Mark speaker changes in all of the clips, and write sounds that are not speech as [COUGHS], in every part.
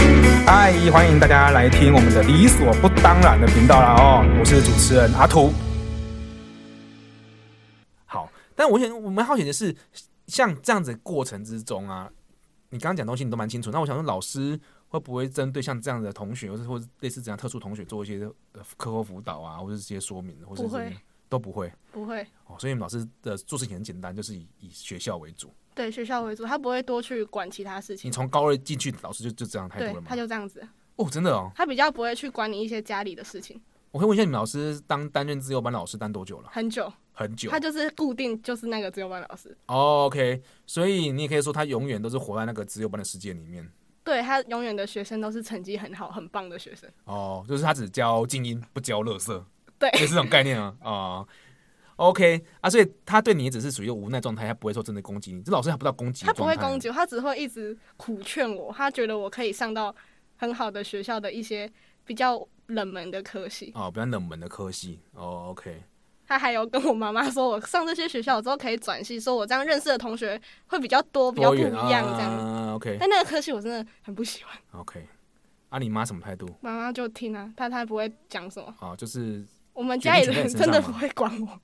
Speaker 1: 集，欢迎大家来听我们的理所不当然的频道啦哦，我是主持人阿图。好，但我想我们好奇的是，像这样子的过程之中啊，你刚刚讲东西你都蛮清楚，那我想说老师会不会针对像这样的同学，或是或是类似这样特殊同学做一些呃课后辅导啊，或者是一些说明，或者
Speaker 2: 不会
Speaker 1: 是都不会
Speaker 2: 不会
Speaker 1: 哦，所以你们老师的做事情很简单，就是以以学校为主。
Speaker 2: 对学校为主，他不会多去管其他事
Speaker 1: 你
Speaker 2: 情。
Speaker 1: 从高二进去，老师就就这样态
Speaker 2: 对
Speaker 1: 度了，吗
Speaker 2: 他？就这样子，
Speaker 1: 哦，真的哦，
Speaker 2: 他比较不会去管你一些家里的事情。
Speaker 1: 我可以问一下你们老师当担任自由班老师担多久了？
Speaker 2: 很久，
Speaker 1: 很久。
Speaker 2: 他就是固定就是那个自由班老师，
Speaker 1: 哦、OK，所以你也可以说他永远都是活在那个自由班的世界里面。
Speaker 2: 对他永远的学生都是成绩很好、很棒的学生。
Speaker 1: 哦，就是他只教静音，不教乐色，
Speaker 2: 对
Speaker 1: 也是这种概念啊啊、哦 OK 啊，所以他对你也只是属于无奈状态，他不会说真的攻击你。这老师还不到攻击
Speaker 2: 他
Speaker 1: 的
Speaker 2: 不
Speaker 1: 状态，啊
Speaker 2: 会攻击我，他只会一直苦劝我。他觉得我可以上到很好的学校的一些比较冷门的科系。
Speaker 1: 哦，比较冷门的科系。哦，OK，
Speaker 2: 他还有跟我妈妈说，我上这些学校之后可以转系，说我这样认识的同学会比较多，比较
Speaker 1: 多
Speaker 2: 不一
Speaker 1: 元
Speaker 2: 样这样。
Speaker 1: 啊，OK
Speaker 2: 但那个科系我真的很不喜欢。
Speaker 1: OK，啊，你妈什么态度？
Speaker 2: 妈妈就听啊，她她不会讲什么。
Speaker 1: 啊，就是
Speaker 2: 我们家里人
Speaker 1: 啊
Speaker 2: 真的不会管我，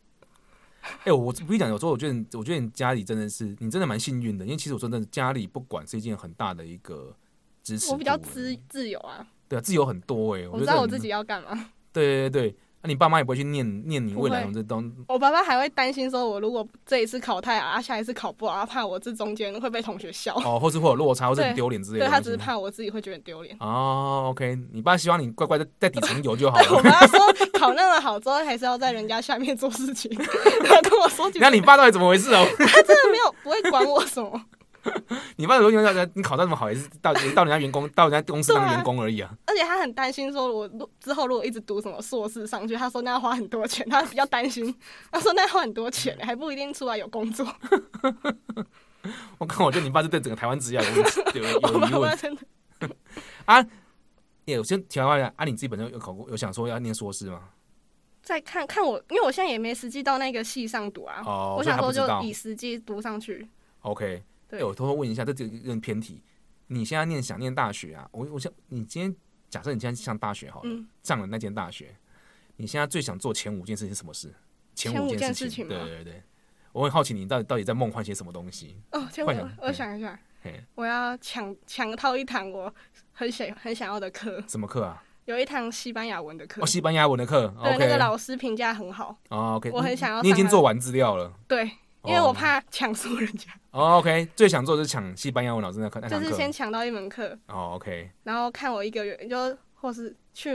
Speaker 1: 哎、我我不跟你讲，有时候我觉得你，我觉得你家里真的是，你真的蛮幸运的，因为其实我说真的，家里不管是一件很大的一个支持。欸
Speaker 2: 我比较自，自由啊，
Speaker 1: 对啊，自由很多哎、
Speaker 2: 我
Speaker 1: 觉得
Speaker 2: 知道我
Speaker 1: 这
Speaker 2: 自
Speaker 1: 很
Speaker 2: 己。要干嘛。
Speaker 1: 对对对对，那、你爸妈也不会去念念你
Speaker 2: 不
Speaker 1: 未来
Speaker 2: 会
Speaker 1: 什么这东。
Speaker 2: 我爸爸还会担心说，我如果这一次考太好，啊，下一次考不好，啊，怕我这中间会被同学笑。
Speaker 1: 哦，或是会有落差，或是很
Speaker 2: 对
Speaker 1: 丢脸之类的
Speaker 2: 对
Speaker 1: 东西。
Speaker 2: 他只是怕我自己会觉得很丢脸。
Speaker 1: 哦，OK，你爸希望你乖乖的在底层游就好
Speaker 2: 对我
Speaker 1: 了。
Speaker 2: 妈说，考那么好之后，还是要在人家下面做事
Speaker 1: [LAUGHS]
Speaker 2: 情。他跟我说几遍，
Speaker 1: 那你爸到底怎么回事哦？ [LAUGHS]
Speaker 2: 他真的没有不会管我什么。
Speaker 1: 你爸有时候要你考到那么好，也是到到人家员工，到人家公司当
Speaker 2: 对啊
Speaker 1: 员工而已啊。
Speaker 2: 而且他很担心说，我如之后如果一直读什么硕士上去，他说那要花很多钱，他比较担心。他说那要花很多钱，还不一定出来有工作。
Speaker 1: 我看，我觉得你爸是对整个台湾职业有问
Speaker 2: [LAUGHS]
Speaker 1: 题有有
Speaker 2: 我
Speaker 1: 有疑
Speaker 2: 妈
Speaker 1: 问
Speaker 2: 妈。真的，
Speaker 1: 欸我先题外话讲，啊，你自己本身有考过，有想说要念硕士吗？
Speaker 2: 在看看我，因为我现在也没实际到那个系上读啊。
Speaker 1: 哦，
Speaker 2: 我
Speaker 1: 所以
Speaker 2: 想
Speaker 1: 还不
Speaker 2: 说
Speaker 1: 知
Speaker 2: 就
Speaker 1: 道。
Speaker 2: 以实际读上去。
Speaker 1: OK，哎、
Speaker 2: 对
Speaker 1: 我偷偷问一下，这这个有点偏题。你现在念想念大学啊？我我想你今天假设你现在上大学好了，
Speaker 2: 嗯
Speaker 1: 上了那间大学，你现在最想做前五件事情是什么事？前
Speaker 2: 前五
Speaker 1: 件
Speaker 2: 件
Speaker 1: 事
Speaker 2: 事情
Speaker 1: 对
Speaker 2: 吗
Speaker 1: 对对，我很好奇你到底到底在梦幻些什么东西？
Speaker 2: 哦，先
Speaker 1: 幻
Speaker 2: 我
Speaker 1: 想
Speaker 2: 我想一下
Speaker 1: 嘿，
Speaker 2: 我要抢抢到一堂我很想很想要的课，
Speaker 1: 什么课
Speaker 2: [LAUGHS]
Speaker 1: 啊？
Speaker 2: 有一堂西班牙文的课
Speaker 1: 哦，。西班牙文的课。
Speaker 2: 对，那个
Speaker 1: OK，
Speaker 2: 老师评价很好。
Speaker 1: 哦，OK，
Speaker 2: 我很想要
Speaker 1: 你已
Speaker 2: 上
Speaker 1: 经
Speaker 2: 他
Speaker 1: 做完资料了。
Speaker 2: 对，因为我
Speaker 1: 哦
Speaker 2: 怕抢输人家，
Speaker 1: 哦，OK，最想做的是抢西班牙文老师那课那
Speaker 2: 就
Speaker 1: 堂
Speaker 2: 是
Speaker 1: 课。
Speaker 2: 先抢到一门课，
Speaker 1: 哦，OK，
Speaker 2: 然后看我一个月，就或是去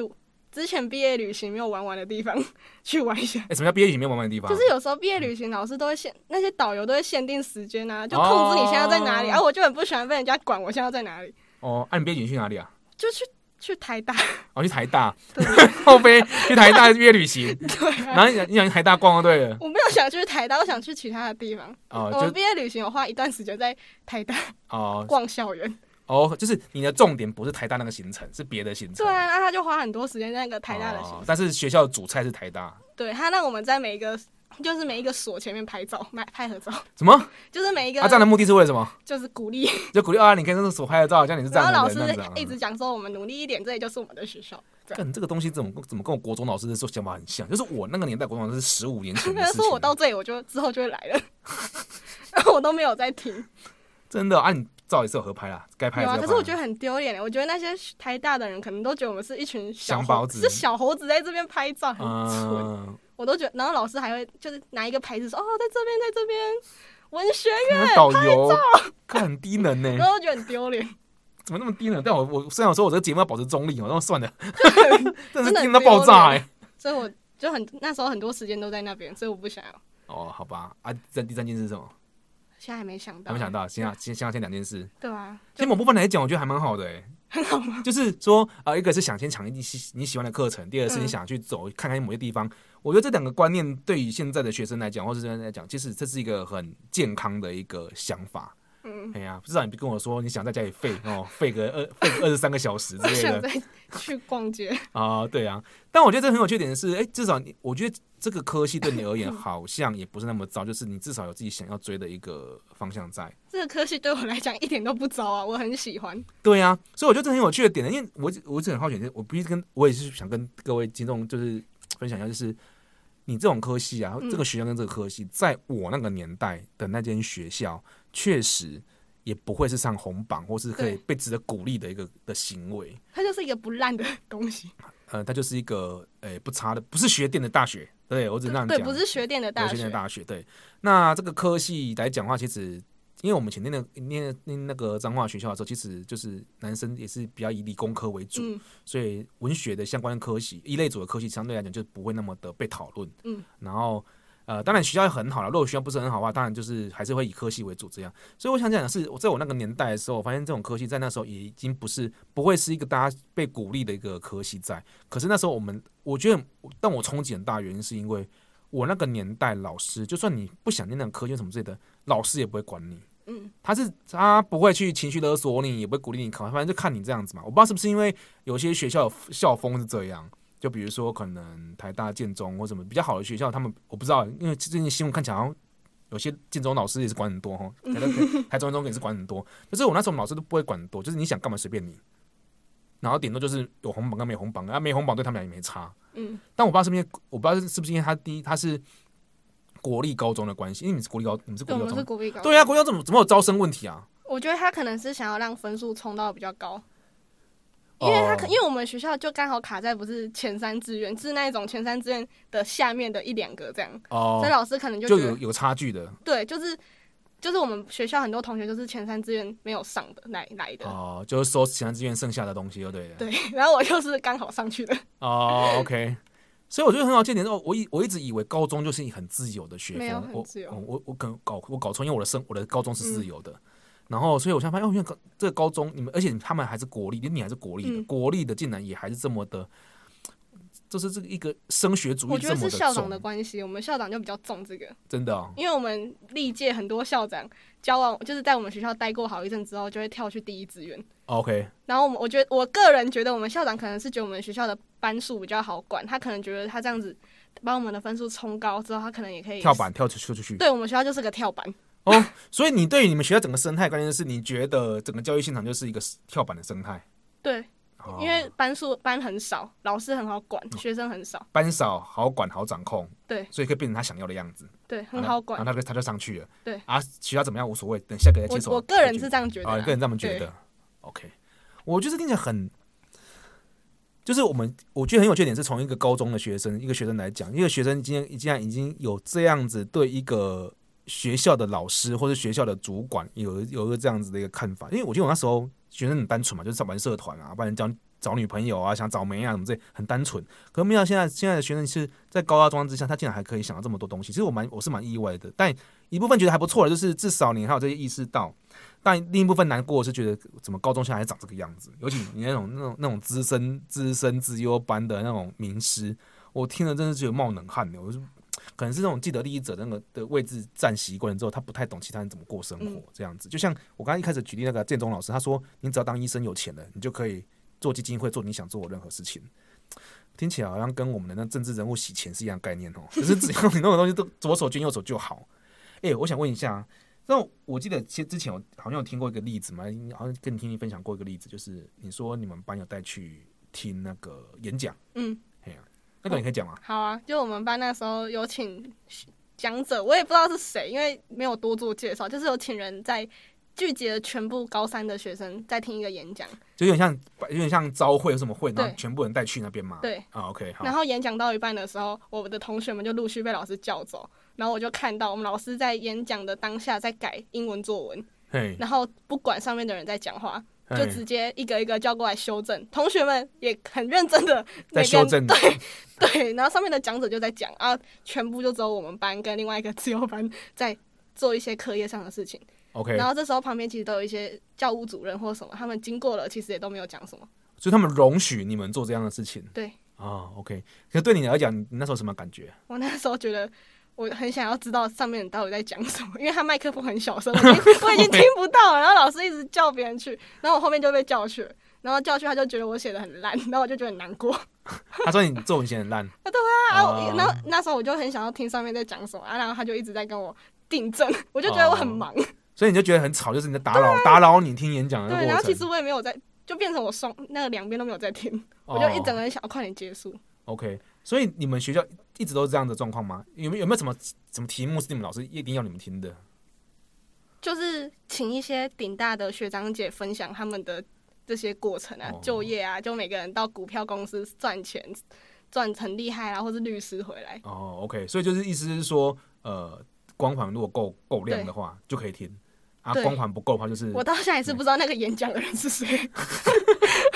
Speaker 2: 之前毕业旅行没有玩完的地方 [LAUGHS] 去玩一下。
Speaker 1: 哎、什么叫毕业旅行没有玩完的地方？
Speaker 2: 就是有时候毕业旅行老师都会限，那些导游都会限定时间啊，就控制你现在在哪里。
Speaker 1: 哦
Speaker 2: 啊，我就很不喜欢被人家管我现在在哪里，
Speaker 1: 哦，啊，你毕业旅行去哪里啊？
Speaker 2: 就去去台大。 [LAUGHS]
Speaker 1: 哦，去台大
Speaker 2: 对，
Speaker 1: [LAUGHS] 后飞去台大约旅行，
Speaker 2: [LAUGHS] 对啊，
Speaker 1: 然后你想你想去台大逛就对了，
Speaker 2: 我没有想去台大，我想去其他的地方。
Speaker 1: 哦，
Speaker 2: 我们
Speaker 1: 就
Speaker 2: 毕业旅行，我花一段时间在台大
Speaker 1: 哦
Speaker 2: [LAUGHS] 逛校园。
Speaker 1: 哦，就是你的重点不是台大那个行程，是别的行程。
Speaker 2: 对啊，那他就花很多时间在那个台大的行
Speaker 1: 哦
Speaker 2: 程。
Speaker 1: 但是学校的主菜是台大，
Speaker 2: 对他让我们在每一个就是每一个所前面拍照、拍拍合照， [LAUGHS]
Speaker 1: 什么？啊，
Speaker 2: 就是每一个
Speaker 1: 这样的目的是为了什么？
Speaker 2: 就是鼓励
Speaker 1: 就鼓励啊，你跟那个所拍的照，像你是这
Speaker 2: 然后
Speaker 1: 样
Speaker 2: 老
Speaker 1: 的人，
Speaker 2: 师
Speaker 1: 这样子啊。
Speaker 2: 一直讲说，我们努力一点，这里就是我们的学校。这样
Speaker 1: 干这个东西怎么怎么跟我国中老师的时候想法很像？就是我那个年代国中老嗯师是十五年前
Speaker 2: [LAUGHS]
Speaker 1: 的
Speaker 2: 他
Speaker 1: 事情。
Speaker 2: 说我到这里，我就之后就会来了， [LAUGHS] 然后我都没有在听。
Speaker 1: 真的啊，你照也是有合拍啦，该拍
Speaker 2: 有
Speaker 1: 的
Speaker 2: 啊，
Speaker 1: 要
Speaker 2: 可
Speaker 1: 拍。
Speaker 2: 是我觉得很丢脸欸我觉得那些台大的人可能都觉得我们是一群小
Speaker 1: 乡
Speaker 2: 猴
Speaker 1: 包子
Speaker 2: 是小猴子在这边拍照，很蠢。
Speaker 1: 嗯，
Speaker 2: 我都觉得，然后老师还会就是拿一个牌子说，哦，在这边，在这边，文学院，
Speaker 1: [LAUGHS] 那导游，看很低能呢、
Speaker 2: 然后我觉得很丢脸。
Speaker 1: 怎么那么低呢？但我我虽然说我这个节目要保持中立哦，那 [LAUGHS] 算了，真的
Speaker 2: 真的
Speaker 1: 是
Speaker 2: 很
Speaker 1: 听到爆炸
Speaker 2: 丢
Speaker 1: 哎、
Speaker 2: 脸所以我就很那时候很多时间都在那边，所以我不想要。
Speaker 1: 哦，好吧，啊，这第三件事是什么？
Speaker 2: 现在还没想到，
Speaker 1: 还没想到，先啊，先先先两件事。
Speaker 2: 对啊，
Speaker 1: 其实某部分来讲，我觉得还蛮好的哎、很好吗？就是说，呃，一个是想先抢一你喜你喜欢的课程，第二是你
Speaker 2: 嗯
Speaker 1: 想去走看看某些地方。我觉得这两个观念对于现在的学生来讲，或是现在来讲，其实这是一个很健康的一个想法。
Speaker 2: 嗯，
Speaker 1: 哎呀，至少你跟我说你想在家里废哦，废个二废个二十三个小时之
Speaker 2: 我
Speaker 1: 类
Speaker 2: 想
Speaker 1: 的
Speaker 2: 再
Speaker 1: [LAUGHS]
Speaker 2: 去逛街。
Speaker 1: 啊、对啊。但我觉得这很有缺点的是，哎、至少你，我觉得这个科系对你而
Speaker 2: [COUGHS]
Speaker 1: 言好像也不是那么糟，就是你至少有自己想要追的一个方向在。
Speaker 2: 这个科系对我来讲一点都不糟啊，我很喜欢。
Speaker 1: 对啊，所以我觉得这很有趣的点呢，因为我我是很好奇，我必须跟我也是想跟各位听众就是分享一下，就是你这种科系啊，
Speaker 2: 嗯
Speaker 1: 这个学校跟这个科系，在我那个年代的那间学校，确实也不会是上红榜或是可以
Speaker 2: 对
Speaker 1: 被值得鼓励的一个的行为。
Speaker 2: 它就是一个不烂的东西，
Speaker 1: 呃，它就是一个诶、不差的，不是学电的大学，对我只能让你
Speaker 2: 对，
Speaker 1: 讲，
Speaker 2: 不是学电的
Speaker 1: 对
Speaker 2: 大
Speaker 1: 学电
Speaker 2: 学
Speaker 1: 的，大学，对。那这个科系来讲的话，其实因为我们以前念的念念那个彰化学校的时候，其实就是男生也是比较以理工科为主，
Speaker 2: 嗯，
Speaker 1: 所以文学的相关科系一类组的科系相对来讲就不会那么的被讨论。
Speaker 2: 嗯，
Speaker 1: 然后呃，当然学校很好了，如果学校不是很好的话，当然就是还是会以科系为主这样。所以我想讲的是，我在我那个年代的时候，我发现这种科系在那时候也已经不是不会是一个大家被鼓励的一个科系在。可是那时候我们，我觉得让我冲击很大，原因是因为我那个年代老师，就算你不想念那个科系什么之类的，老师也不会管你。
Speaker 2: 嗯，
Speaker 1: 他是他不会去情绪勒索你，也不会鼓励你考，反正就看你这样子嘛。我不知道是不是因为有些学校有校风是这样，就比如说可能台大、建中或什么比较好的学校，他们我不知道，因为最近新闻看起来好像有些建中老师也是管很
Speaker 2: [LAUGHS]
Speaker 1: 多哈，台大、台中、中也是管很多，就是我那时候老师都不会管很多，就是你想干嘛随便你，然后顶多就是有红榜跟没红榜，啊没红榜对他们俩也没差，
Speaker 2: 嗯，
Speaker 1: 但我不知道是不是因为我不知道是不是因为他第一他是国立高中的关系，因为你们是国立高，你们是
Speaker 2: 对，
Speaker 1: 国
Speaker 2: 我
Speaker 1: 立
Speaker 2: 们
Speaker 1: 高
Speaker 2: 是
Speaker 1: 中，
Speaker 2: 国立高，
Speaker 1: 对啊，，国立高中怎么怎么有招生问题啊？
Speaker 2: 我觉得他可能是想要让分数冲到比较高。因为他可，
Speaker 1: 哦
Speaker 2: 因为我们学校就刚好卡在不是前三志愿，是那一种前三志愿的下面的一两个这样，
Speaker 1: 哦
Speaker 2: 所以，老师可能就
Speaker 1: 就
Speaker 2: 觉
Speaker 1: 有
Speaker 2: 得
Speaker 1: 有差距的
Speaker 2: 对，就是就是我们学校很多同学就是前三志愿没有上的来来的，
Speaker 1: 哦，就是收其他志愿剩下的东西就对了。
Speaker 2: 对，然后我就是刚好上去的， [LAUGHS]
Speaker 1: 哦，OK。所以我觉得很好见点哦，我以我一直以为高中就是很自由的学
Speaker 2: 没有
Speaker 1: 风，
Speaker 2: 很
Speaker 1: 我哦
Speaker 2: 自由嗯
Speaker 1: 我我我可能搞我搞错，因为我的生我的高中是自由的，然后所以我想发现，哦，原来高这个高中你们，而且他们还是国立，你还是国立的，
Speaker 2: 嗯
Speaker 1: 国立的竟然也还是这么的，就是这个一个升学主
Speaker 2: 我
Speaker 1: 义
Speaker 2: 觉
Speaker 1: 这
Speaker 2: 得
Speaker 1: 么
Speaker 2: 是
Speaker 1: 重，
Speaker 2: 校长的关系，我们校长就比较重这个，
Speaker 1: 真的、哦，
Speaker 2: 因为我们历届很多校长交往，就是在我们学校待过好一阵之后，就会跳去第一志愿。
Speaker 1: 哦 OK，
Speaker 2: 然后我们，我觉得我个人觉得，我们校长可能是觉得我们学校的班数比较好管，他可能觉得他这样子把我们的分数冲高之后，他可能也可以
Speaker 1: 跳。板跳出出出去，
Speaker 2: 对我们学校就是个跳板，
Speaker 1: 哦，所以你对于你们学校整个生态观念是，你觉得整个教育现场就是一个跳板的生态，
Speaker 2: 对，
Speaker 1: 哦
Speaker 2: 因为班数班很少，老师很好管，学生很少，
Speaker 1: 班少好管好掌控，
Speaker 2: 对
Speaker 1: 所以可以变成他想要的样子，
Speaker 2: 对，很好
Speaker 1: 然
Speaker 2: 管。
Speaker 1: 后他就他就上去了，
Speaker 2: 对
Speaker 1: 啊，其他怎么样无所谓，等下个人
Speaker 2: 我
Speaker 1: 接手。
Speaker 2: 我个人是这样觉得
Speaker 1: 啊，
Speaker 2: 啦，
Speaker 1: 个人这么觉
Speaker 2: 对
Speaker 1: 得。OK，我就是听起来很，就是我们我觉得很有趣的点是从一个高中的学生，一个学生来讲，一个学生今天竟然已经有这样子对一个学校的老师或者学校的主管有有一个这样子的一个看法，因为我觉得我那时候学生很单纯嘛，就是玩社团啊，不然交找女朋友啊，想找媒啊什么之类，很单纯。可是没想到现在现在的学生是在高压装之下，他竟然还可以想到这么多东西，其实我蛮我是蛮意外的，但一部分觉得还不错的，就是至少你还有这些意识到。但另一部分难过的是觉得怎么高中现在还长这个样子，尤其你那种那种那种资深资深资优班的那种名师，我听了真的是觉得冒冷汗的。我是可能是那种既得利益者那个的位置站习惯了之后，他不太懂其他人怎么过生活
Speaker 2: 嗯
Speaker 1: 这样子。就像我刚刚一开始举例那个建中老师，他说你只要当医生有钱了，你就可以做基金会，做你想做的任何事情。听起来好像跟我们的那政治人物洗钱是一样概念哦，只是只要你弄的东西都左手捐右手就好。 [LAUGHS] 哎、我想问一下啊，那我记得其之前我好像有听过一个例子嘛，好像跟你听你分享过一个例子，就是你说你们班有带去听那个演讲，
Speaker 2: 嗯，
Speaker 1: 那个你可以讲吗？
Speaker 2: 好啊，就我们班那时候有请讲者，我也不知道是谁，因为没有多做介绍，就是有请人在聚集了全部高三的学生在听一个演讲，
Speaker 1: 就有点像有点像招会有什么会，然后
Speaker 2: 对
Speaker 1: 全部人带去那边嘛。
Speaker 2: 对。
Speaker 1: 啊，OK，好
Speaker 2: 然，后演讲到一半的时候，我们的同学们就陆续被老师叫走，然后我就看到我们老师在演讲的当下在改英文作文，
Speaker 1: 嘿，
Speaker 2: 然后不管上面的人在讲话，就
Speaker 1: 嘿
Speaker 2: 直接一个一个叫过来修正。同学们也很认真的
Speaker 1: 在修正
Speaker 2: 对对，然后上面的讲者就在讲啊，全部就只有我们班跟另外一个自由班在做一些课业上的事情。
Speaker 1: OK，
Speaker 2: 然后这时候旁边其实都有一些教务主任或什么，他们经过了，其实也都没有讲什么。
Speaker 1: 所以他们容许你们做这样的事情
Speaker 2: 对
Speaker 1: 啊，OK。可是对你来讲，你你那时候什么感觉？
Speaker 2: 我那时候觉得我很想要知道上面到底在讲什么，因为他麦克风很小声，我已
Speaker 1: [LAUGHS]
Speaker 2: 经我已经听不到了。然后老师一直叫别人去，然后我后面就被叫去了，然后叫去他就觉得我写的很烂，然后我就觉得很难过。
Speaker 1: 他说你作文写得很烂，
Speaker 2: 啊，
Speaker 1: 哦
Speaker 2: 我然后那时候我就很想要听上面在讲什么啊，然后他就一直在跟我订正，我就觉得我很
Speaker 1: 哦
Speaker 2: 忙。
Speaker 1: 所以你就觉得很吵，就是你在
Speaker 2: [LAUGHS]
Speaker 1: 打扰打扰你听演讲的
Speaker 2: 对，然后
Speaker 1: 过
Speaker 2: 其
Speaker 1: 程
Speaker 2: 实。我也没有在，就变成我双那个两边都没有在听，我就一整
Speaker 1: 哦
Speaker 2: 个人想要快点结束。
Speaker 1: OK，所以你们学校一直都是这样的状况吗？有没有有没有什么什么题目是你们老师一定要你们听的？
Speaker 2: 就是请一些顶大的学长姐分享他们的这些过程啊，
Speaker 1: 哦
Speaker 2: 就业啊，就每个人到股票公司赚钱，赚很厉害啦，啊或是律师回来。
Speaker 1: 哦，OK，所以就是意思是说，呃，光环如果够够亮的话，就可以听啊；
Speaker 2: 对
Speaker 1: 光环不够的话，就是
Speaker 2: 我到现在还是不知道那个演讲的人
Speaker 1: [LAUGHS]
Speaker 2: 是谁，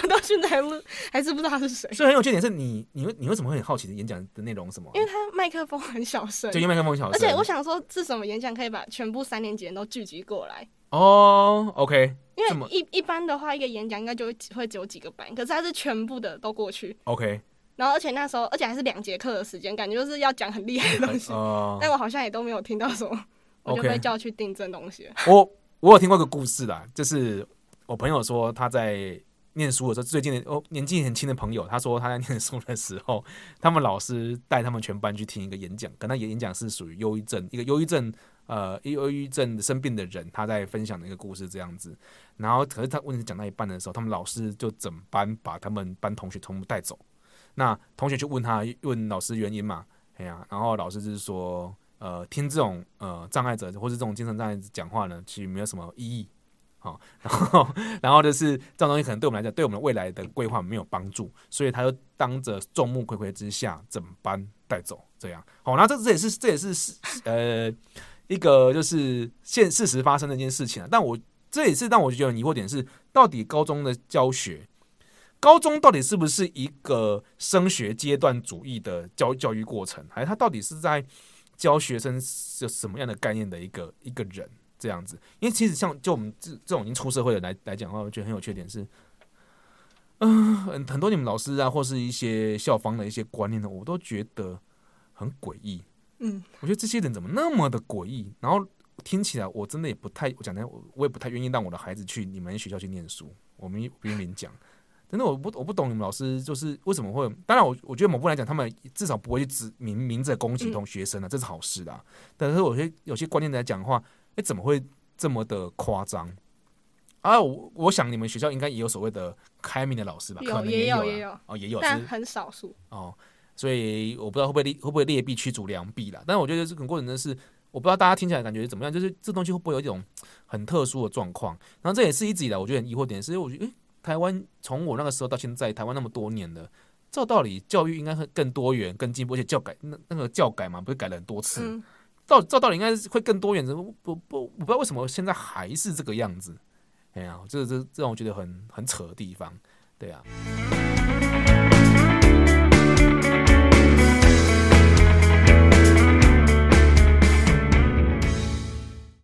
Speaker 2: 我到现在还不还是不知道他是谁，
Speaker 1: 所以很有趣的点是你，你会你为什么会很好奇的演讲的内容是什么？
Speaker 2: 因为他麦克风很小声
Speaker 1: 就。因为麦克风小
Speaker 2: 而
Speaker 1: 声，
Speaker 2: 且我想说，是什么演讲可以把全部三年级人都聚集过来？
Speaker 1: 哦，OK
Speaker 2: 因
Speaker 1: 这么
Speaker 2: 为一一般的话，一个演讲应该就会只会只有几个班，可是他是全部的都过去，
Speaker 1: OK，
Speaker 2: 然后而且那时候，而且还是两节课的时间，感觉就是要讲很厉 [LAUGHS] 害的东西。
Speaker 1: 呃，
Speaker 2: 但我好像也都没有听到什么，我就
Speaker 1: OK
Speaker 2: 被叫去订正东西了。
Speaker 1: 我我有听过一个故事啦，就是我朋友说他在念书的时候，最近的哦年纪很轻的朋友，他说他在念书的时候， [LAUGHS] 他们老师带他们全班去听一个演讲，可那演演讲是属于忧郁症，一个忧郁症呃忧郁症生病的人，他在分享的一个故事这样子。然后可是他问题讲到一半的时候，他们老师就整班把他们班同学全部带走。那同学就问他问老师原因嘛，哎呀、然后老师就是说，呃，听这种呃障碍者或是这种精神障碍者讲话呢，其实没有什么意义，好、然后然后就是这种东西可能对我们来讲，对我们未来的规划没有帮助，所以他就当着众目睽睽之下，整班带走，这样，好、那这这也是这也是是呃一个就是现事实发生的一件事情啊，但我这也是让我觉得疑惑点是，到底高中的教学。高中到底是不是一个升学阶段主义的教教育过程，还是他到底是在教学生是什么样的概念的一个一个人这样子？因为其实像就我们这这种已经出社会的来来讲的话，我觉得很有缺点是，嗯、很很多你们老师啊，或是一些校方的一些观念呢，我都觉得很诡异。
Speaker 2: 嗯，
Speaker 1: 我觉得这些人怎么那么的诡异？然后听起来我真的也不太，我讲真的，我我也不太愿意让我的孩子去你们学校去念书。我们不愿意讲，真的我不我不懂你们老师就是为什么会？当然我我觉得某部分来讲，他们至少不会去指明明着攻击同学生啊，这是好事啦。但是有些有些观念来讲的话，哎、怎么会这么的夸张？啊，我我想你们学校应该也有所谓的开明的老师吧？
Speaker 2: 有
Speaker 1: 可能
Speaker 2: 也有
Speaker 1: 有
Speaker 2: 也
Speaker 1: 啦
Speaker 2: 有
Speaker 1: 哦，也有
Speaker 2: 但
Speaker 1: 是
Speaker 2: 很少数。
Speaker 1: 哦，所以我不知道会不会劣会不会劣币驱逐良币啦。但我觉得这个过程真的是，我不知道大家听起来感觉怎么样，就是这东西会不会有一种很特殊的状况？然后这也是一直以来我觉得很疑惑点，是因为我觉得，诶、台湾从我那个时候到现在，台湾那么多年了。照道理，教育应该会更多元、更进步，而且教改那那个教改嘛，不是改了很多次？
Speaker 2: 嗯，
Speaker 1: 照照道理应该是会更多元的，不不不，我不知道为什么现在还是这个样子。哎呀，这这这让我觉得很很扯的地方，对啊。